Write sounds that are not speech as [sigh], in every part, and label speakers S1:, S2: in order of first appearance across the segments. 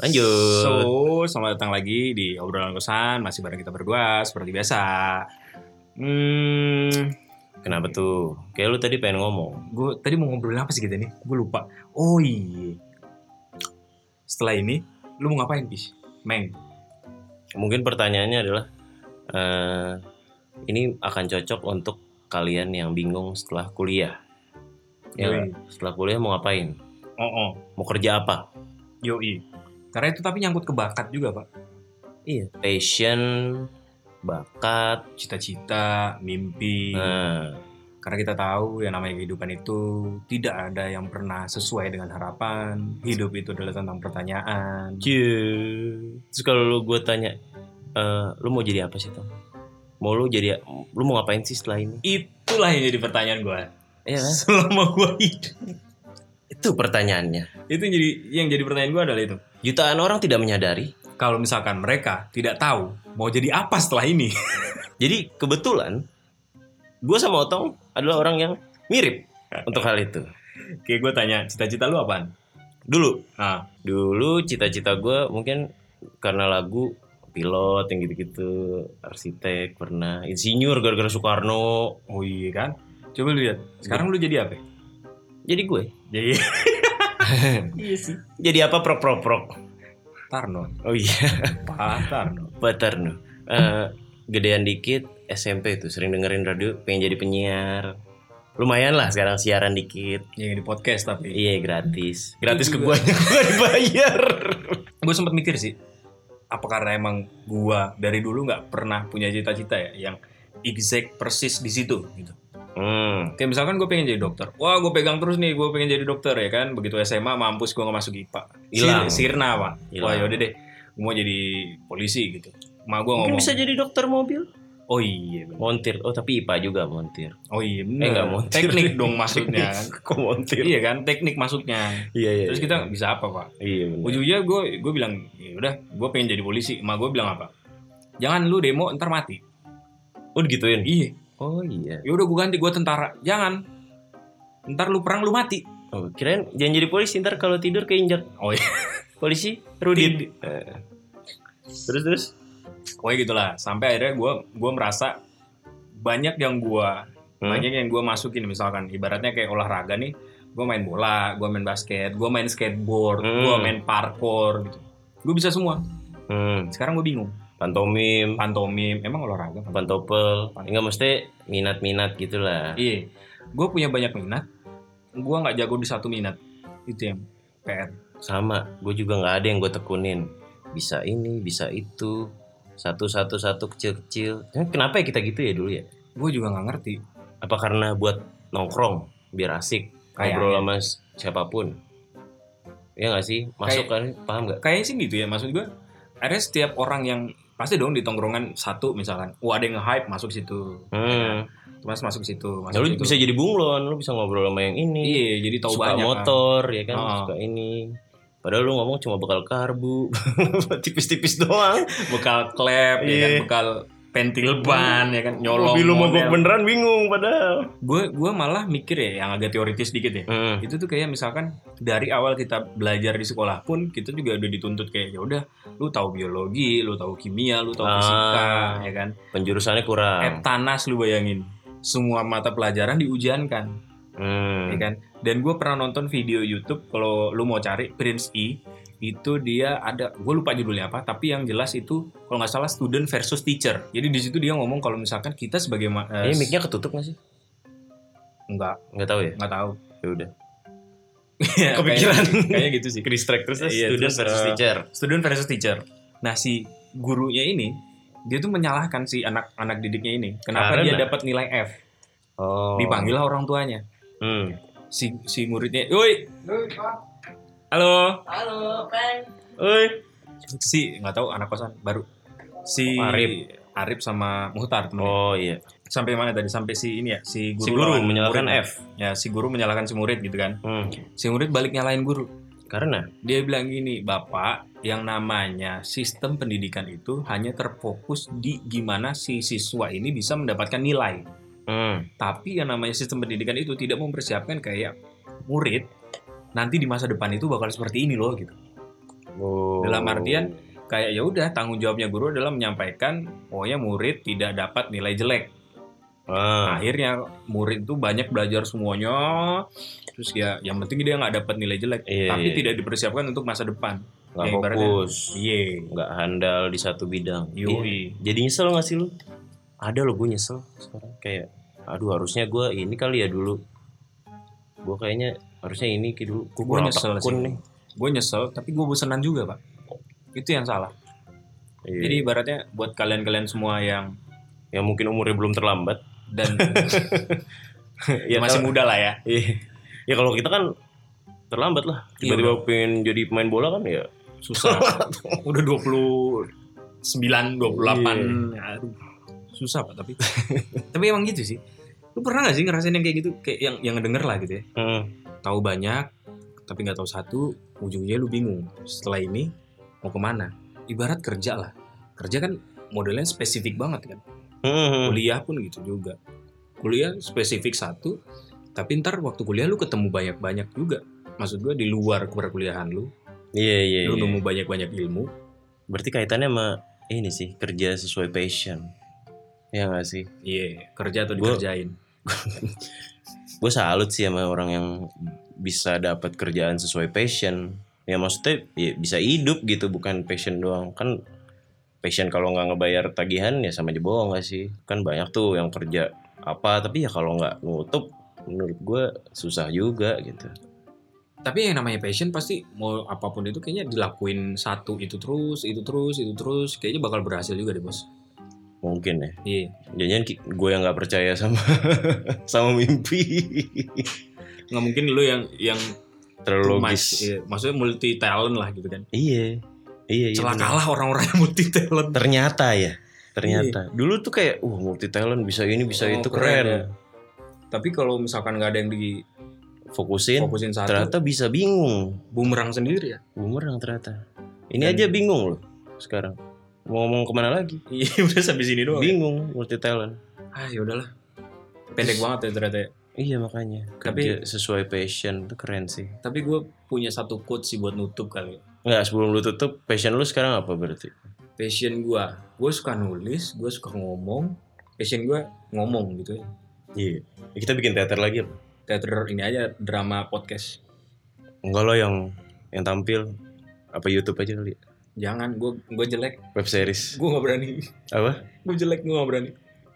S1: Lanjut.
S2: So, selamat datang lagi di obrolan kosan masih bareng kita berdua seperti biasa. Hmm,
S1: Kenapa tuh? Kayak lu tadi pengen ngomong.
S2: gue tadi mau ngobrol apa sih kita nih? Gue lupa. Oh iya. Setelah ini, lu mau ngapain, Pis? Meng.
S1: Mungkin pertanyaannya adalah eh ini akan cocok untuk kalian yang bingung setelah kuliah. Ya,
S2: Yoi.
S1: setelah kuliah mau ngapain?
S2: Oh, oh.
S1: Mau kerja apa?
S2: Yoi. Karena itu tapi nyangkut ke bakat juga, Pak.
S1: Iya, passion, bakat.
S2: Cita-cita, mimpi.
S1: Nah,
S2: Karena kita tahu yang namanya kehidupan itu tidak ada yang pernah sesuai dengan harapan. Hidup itu adalah tentang pertanyaan.
S1: cie. iya. Terus kalau lu gue tanya, eh lu mau jadi apa sih, Tom? Mau lu jadi lu mau ngapain sih setelah ini?
S2: Itulah yang jadi pertanyaan gue.
S1: Iya kan?
S2: Selama gue hidup.
S1: Itu pertanyaannya.
S2: Itu yang jadi yang jadi pertanyaan gue adalah itu.
S1: Jutaan orang tidak menyadari
S2: Kalau misalkan mereka tidak tahu mau jadi apa setelah ini. [laughs]
S1: Jadi kebetulan gue sama Otong adalah orang yang mirip untuk hal itu.
S2: Kayak gue tanya, cita-cita lu apaan?
S1: Dulu,
S2: Nah,
S1: dulu cita-cita gue mungkin karena lagu pilot yang gitu-gitu, arsitek pernah, insinyur gara-gara Soekarno.
S2: oh iya kan? Coba lu lihat. Sekarang lu jadi apa?
S1: Jadi gue,
S2: Jadi Iya sih.
S1: jadi apa prok prok prok.
S2: Tarno.
S1: Oh iya, [laughs]
S2: Pak Tarno.
S1: Paterno. Eh, gedean dikit SMP tuh sering dengerin radio, pengen jadi penyiar. Lumayan lah sekarang siaran dikit.
S2: Yang Ya, di podcast tapi.
S1: Iya gratis. Gratis ke gue
S2: juga.
S1: [laughs] gue dibayar.
S2: Gue sempat mikir sih. Apa karena emang gua dari dulu nggak pernah punya cita-cita ya yang exact persis di situ gitu.
S1: Hmm.
S2: Kayak misalkan gue pengen jadi dokter. Wah gue pegang terus nih gue pengen jadi dokter ya kan. Begitu SMA mampus gue gak masuk IPA. Sir-
S1: Hilang.
S2: Sirna pak. Wah
S1: Hilang.
S2: yaudah deh. Gue mau jadi polisi gitu. Ma gue
S1: Mungkin
S2: ngomong.
S1: bisa jadi dokter mobil.
S2: Oh iya bener.
S1: Oh, Montir. Oh, tapi IPA juga [laughs] montir.
S2: Oh iya bener.
S1: Eh, nggak mau. [laughs]
S2: Teknik dong maksudnya kan.
S1: Kok montir?
S2: iya kan teknik maksudnya.
S1: Iya, iya.
S2: Terus
S1: iya.
S2: kita bisa apa pak?
S1: Iya, bener.
S2: Ujung-ujungnya gue gue bilang ya udah gue pengen jadi polisi. Ma gue bilang apa? Jangan lu demo ntar mati.
S1: Oh, digituin.
S2: Iya.
S1: Oh, iya.
S2: Ya udah gue ganti gue tentara. Jangan. Ntar lu perang lu mati.
S1: Oh, kirain jangan jadi polisi ntar kalau tidur keinjak.
S2: Oh iya.
S1: [laughs] Polisi Rudin. Eh. Terus terus.
S2: Pokoknya gitulah sampai akhirnya gue gua merasa banyak yang gue
S1: Hmm.
S2: banyak yang gue masukin misalkan ibaratnya kayak olahraga nih gue main bola gue main basket gue main skateboard
S1: Hmm.
S2: gue main parkour gitu gue bisa semua
S1: Hmm.
S2: sekarang gue bingung
S1: Pantomim,
S2: pantomim emang olahraga Pak?
S1: pantopel. Enggak mesti minat-minat gitulah.
S2: iya gue punya banyak minat gue nggak jago di satu minat itu yang PR
S1: Sama, gue juga nggak ada yang gue tekunin. Bisa ini, bisa itu. Satu satu satu kecil-kecil. Eh, Kenapa ya kita gitu ya dulu ya?
S2: gue juga nggak ngerti
S1: apa karena buat nongkrong biar asik
S2: Kayaknya.
S1: ngobrol sama s- siapapun ya nggak sih masuk kan paham nggak
S2: kayaknya sih gitu ya maksud gue ada setiap orang yang pasti dong di tongkrongan satu misalkan wah ada yang nge-hype masuk situ
S1: hmm.
S2: Mas masuk situ,
S1: Nah,
S2: Iya, masuk
S1: lu
S2: situ.
S1: bisa jadi bunglon lu bisa ngobrol sama yang ini
S2: Iya, jadi tahu
S1: suka
S2: banyak.
S1: motor ya kan
S2: Oh.
S1: suka ini padahal lu ngomong cuma bekal karbu [laughs] tipis-tipis doang
S2: kan. Bekal klep, ya kan,
S1: Iya.
S2: bekal pentil ban, ya kan, nyolong.
S1: mobil lu
S2: model.
S1: mogok beneran bingung padahal
S2: Gue gue malah mikir ya yang agak teoritis dikit ya.
S1: hmm.
S2: Itu tuh kayak misalkan dari awal kita belajar di sekolah pun kita juga udah dituntut kayak ya udah lu tahu biologi, lu tahu kimia, lu tahu
S1: Ah.
S2: fisika, ya kan.
S1: penjurusannya
S2: Eh
S1: kurang
S2: tanas lu bayangin. Semua mata pelajaran diujiankan, ya
S1: hmm.
S2: kan. Dan gue pernah nonton video YouTube kalau lu mau cari Prince E itu dia ada gue lupa judulnya apa tapi yang jelas itu kalau nggak salah student versus teacher jadi di situ dia ngomong kalau misalkan kita sebagai ma- eh,
S1: ini mic-nya ketutup nggak sih
S2: nggak
S1: nggak tahu ya
S2: nggak tahu
S1: ya udah
S2: Ya,
S1: Iya, Kepikiran.
S2: kayaknya, [laughs]
S1: [laughs]
S2: kayaknya gitu sih
S1: distract terus
S2: Iya,
S1: student
S2: terus,
S1: versus
S2: eh,
S1: teacher
S2: student versus teacher nah si gurunya ini dia tuh menyalahkan si anak-anak didiknya ini kenapa
S1: Karena?
S2: dia dapat nilai F
S1: ya? oh.
S2: dipanggil lah orang tuanya
S1: hmm.
S2: si si muridnya woi halo
S3: Halo, Frank.
S1: Oi.
S2: si nggak tahu anak kosan baru si
S1: Oh, Arif.
S2: Arif sama Muhtar temennya.
S1: Oh iya.
S2: sampai mana tadi sampai si ini ya si guru,
S1: Si guru
S2: lawan
S1: menyalahkan
S2: murid.
S1: F.
S2: ya si guru menyalahkan si murid gitu kan
S1: Hmm.
S2: si murid balik nyalain guru
S1: Karena
S2: dia bilang gini bapak yang namanya sistem pendidikan itu hanya terfokus di gimana si siswa ini bisa mendapatkan nilai
S1: hmm.
S2: tapi yang namanya sistem pendidikan itu tidak mempersiapkan kayak murid nanti di masa depan itu bakal seperti ini loh gitu
S1: Oh.
S2: Dalam artian, kayak ya udah tanggung jawabnya guru adalah menyampaikan pokoknya murid tidak dapat nilai jelek Nah,
S1: ah,
S2: akhirnya murid tuh banyak belajar semuanya terus ya yang penting dia nggak dapat nilai jelek
S1: Iya,
S2: tapi
S1: iya.
S2: tidak dipersiapkan untuk masa depan
S1: nggak
S2: ya, ibaratnya-
S1: fokus,
S2: iya
S1: nggak handal di satu bidang. Iya.
S2: yoi
S1: Jadi nyesel nggak sih lu? Ada lo gue nyesel sekarang kayak, aduh harusnya gue ini kali ya dulu. Gue kayaknya harusnya ini ki dulu. Gue
S2: Gua
S1: kurang
S2: nyesel
S1: tekun
S2: sih.
S1: nih.
S2: gue nyesel tapi gue bosenan juga pak itu yang salah
S1: Iya.
S2: jadi ibaratnya buat kalian-kalian semua yang
S1: yang mungkin umurnya belum terlambat. [laughs]
S2: dan
S1: ya
S2: masih
S1: kalau-
S2: muda lah [laughs] ya
S1: [laughs] Iya. ya kalau kita kan terlambat lah.
S2: Iya,
S1: Tiba-tiba pengen jadi pemain bola kan ya.
S2: susah [laughs] udah 29 28 aduh susah pak tapi Iya. [laughs] tapi emang gitu sih lu pernah gak sih ngerasain yang kayak gitu kayak yang yang denger lah gitu ya
S1: Hmm.
S2: tahu banyak tapi nggak tahu satu ujungnya lu bingung setelah ini mau kemana ibarat kerja lah kerja kan modelnya spesifik banget kan
S1: Hmm.
S2: kuliah pun gitu juga kuliah spesifik satu tapi ntar waktu kuliah lu ketemu banyak-banyak juga maksud gua di luar perkuliahan lu
S1: Iya iya.
S2: lu
S1: iya.
S2: nemu banyak-banyak ilmu
S1: Berarti kaitannya sama ini sih kerja sesuai passion. Ya gak sih?
S2: Iya, kerja atau
S1: Gua-
S2: dikerjain.
S1: Gue salut sih sama orang yang bisa dapat kerjaan sesuai passion. Ya maksudnya ya bisa hidup gitu bukan passion doang. Kan passion kalau nggak ngebayar tagihan ya sama aja bohong gak sih? Kan banyak tuh yang kerja apa tapi ya kalau nggak nutup menurut gue susah juga gitu.
S2: Tapi yang namanya passion pasti mau apapun itu kayaknya dilakuin satu itu terus, itu terus, itu terus, kayaknya bakal berhasil juga deh, Bos.
S1: Mungkin ya.
S2: Iya.
S1: Jangan gue yang nggak percaya sama [laughs] sama mimpi.
S2: Nggak mungkin lu yang yang
S1: Terlalu
S2: too
S1: logis.
S2: much, iya. maksudnya multi talent lah gitu kan.
S1: Iya. Iya, iya. bener.
S2: Celakalah orang-orang yang multi talent.
S1: Ternyata ya. Ternyata. Dulu tuh kayak uh multi talent bisa ini bisa itu keren. ya.
S2: Tapi kalau misalkan nggak ada yang difokusin
S1: Fokusin.
S2: satu,
S1: Ternyata bisa bingung.
S2: bumerang sendiri ya. [laughs]
S1: Bumerang ternyata. Ini
S2: Dan-
S1: aja bingung loh sekarang. Mau ngomong kemana lagi?
S2: Iya, udah sampai sini doang. ya.
S1: Bingung multi talent.
S2: Ah, ya udahlah. Pendek banget ya ternyata. ya.
S1: Iya makanya.
S2: Tapi-
S1: Kerja sesuai passion itu keren sih.
S2: Tapi gue punya satu quotes sih buat nutup kali.
S1: Enggak sebelum lu tutup passion lu sekarang apa berarti?
S2: passion gua, gue suka nulis gue suka ngomong passion gua ngomong gitu ya
S1: Iya. Kita bikin teater lagi apa?
S2: teater ini aja drama podcast
S1: Enggak lo yang yang tampil apa YouTube aja kali ya?
S2: jangan gue gue jelek
S1: web series
S2: gue nggak berani [laughs]
S1: apa
S2: gue jelek gue nggak berani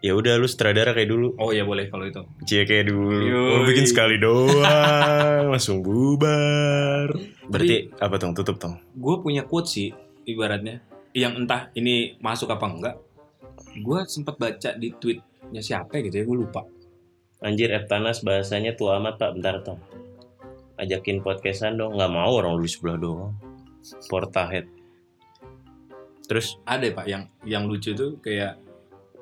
S1: ya udah lu sutradara kayak dulu
S2: oh ya boleh kalau itu
S1: cie kayak dulu
S2: Yoi.
S1: Lu bikin sekali doang [laughs] langsung bubar berarti apa tong tutup tong
S2: gue punya quote sih ibaratnya yang entah ini masuk apa enggak gue sempat baca di tweetnya siapa gitu ya gue lupa
S1: anjir Eptanas bahasanya tua amat pak bentar tong ajakin podcastan dong nggak mau orang lu di sebelah doang portahead terus
S2: ada ya, pak yang yang lucu tuh kayak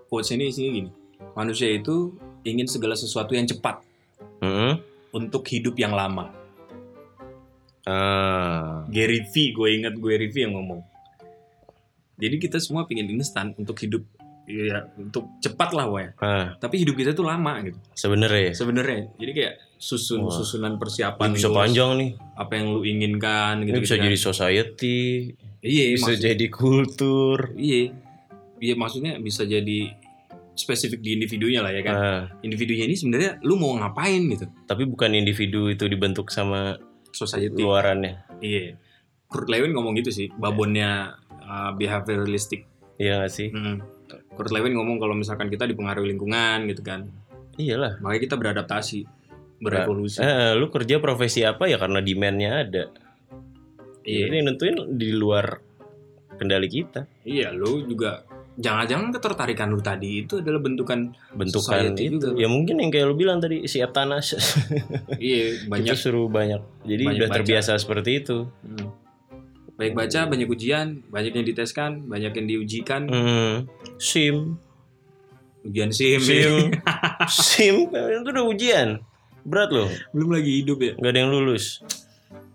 S2: quotes ini isinya gini manusia itu ingin segala sesuatu yang cepat
S1: Heeh.
S2: untuk hidup yang lama
S1: ah
S2: Gary V, gue inget Gary V yang ngomong. Jadi kita semua pingin instan untuk hidup, ya untuk cepat lah wah.
S1: ah
S2: Tapi hidup kita tuh lama gitu.
S1: sebenernya ya
S2: Sebenarnya, jadi kayak
S1: Wah.
S2: susun susunan
S1: Ini
S2: persiapan.
S1: bisa
S2: lu,
S1: panjang nih kan.
S2: Apa yang lu inginkan
S1: ini
S2: gitu.
S1: bisa jadi society
S2: Iya,
S1: bisa
S2: maksud-
S1: jadi kultur
S2: Iya, iya maksudnya bisa jadi spesifik di individunya lah ya kan.
S1: Ah.
S2: Individunya ini sebenarnya lu mau ngapain gitu?
S1: tapi bukan individu itu dibentuk sama
S2: Society.
S1: luarannya
S2: Iya. Kurt Lewin ngomong gitu sih, babonnya uh, behavioralistik
S1: iya gak sih
S2: Hmm. Kurt Lewin ngomong kalau misalkan kita dipengaruhi lingkungan gitu kan,
S1: iyalah
S2: makanya kita beradaptasi, berevolusi.
S1: Eh, lu kerja profesi apa ya karena demandnya ada
S2: Iya,
S1: ini nentuin di luar kendali kita
S2: iya lu juga jangan-jangan ketertarikan lu tadi itu adalah bentukan
S1: bentukan
S2: Society
S1: itu
S2: juga.
S1: ya mungkin yang kayak lu bilang tadi siap tanah [laughs]
S2: iya
S1: itu
S2: banyak
S1: suruh banyak jadi
S2: Banyak
S1: udah
S2: baca.
S1: terbiasa seperti itu
S2: Hmm. baik baca, banyak ujian, banyak yang diteskan, banyak yang diujikan,
S1: hmm. sim
S2: ujian sim, iya.
S1: sim sim
S2: [laughs]
S1: itu udah ujian berat loh
S2: belum lagi hidup ya.
S1: nggak ada yang lulus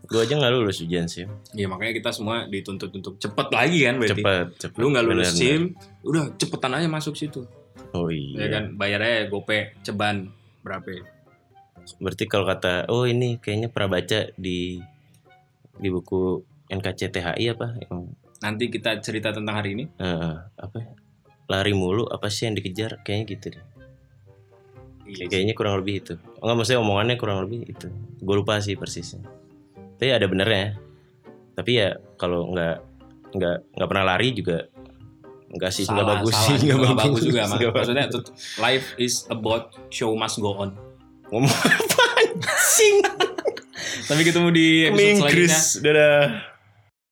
S1: gua aja nggak lulus ujian sim
S2: Iya makanya kita semua dituntut untuk cepet lagi kan berarti.
S1: cepat cepat
S2: Lu nggak lulus
S1: Bener,
S2: sim, udah cepetan aja masuk situ,
S1: bener. oh iya
S2: ya kan? Bayarnya gope, ceban berapa? ya?
S1: Berarti kalau kata, oh ini kayaknya pernah baca di di buku NKCTHI apa yang
S2: Nanti kita cerita tentang hari ini.
S1: eh, apa ya? lari mulu apa sih yang dikejar kayaknya gitu deh
S2: Iya
S1: Kayak- kayaknya kurang lebih itu enggak maksudnya omongannya kurang lebih itu gue lupa sih persisnya tapi ada benernya ya. tapi ya kalau nggak nggak nggak pernah lari juga nggak sih nggak
S2: Salah,
S1: bagus
S2: salah.
S1: sih nggak
S2: Nggak bagus juga. Mas.
S1: Nggak
S2: Maksudnya
S1: bagus.
S2: tut- life is about show must go on.
S1: ngomong apa anjing
S2: Sampai ketemu di episode selanjutnya.
S1: Inggris dadah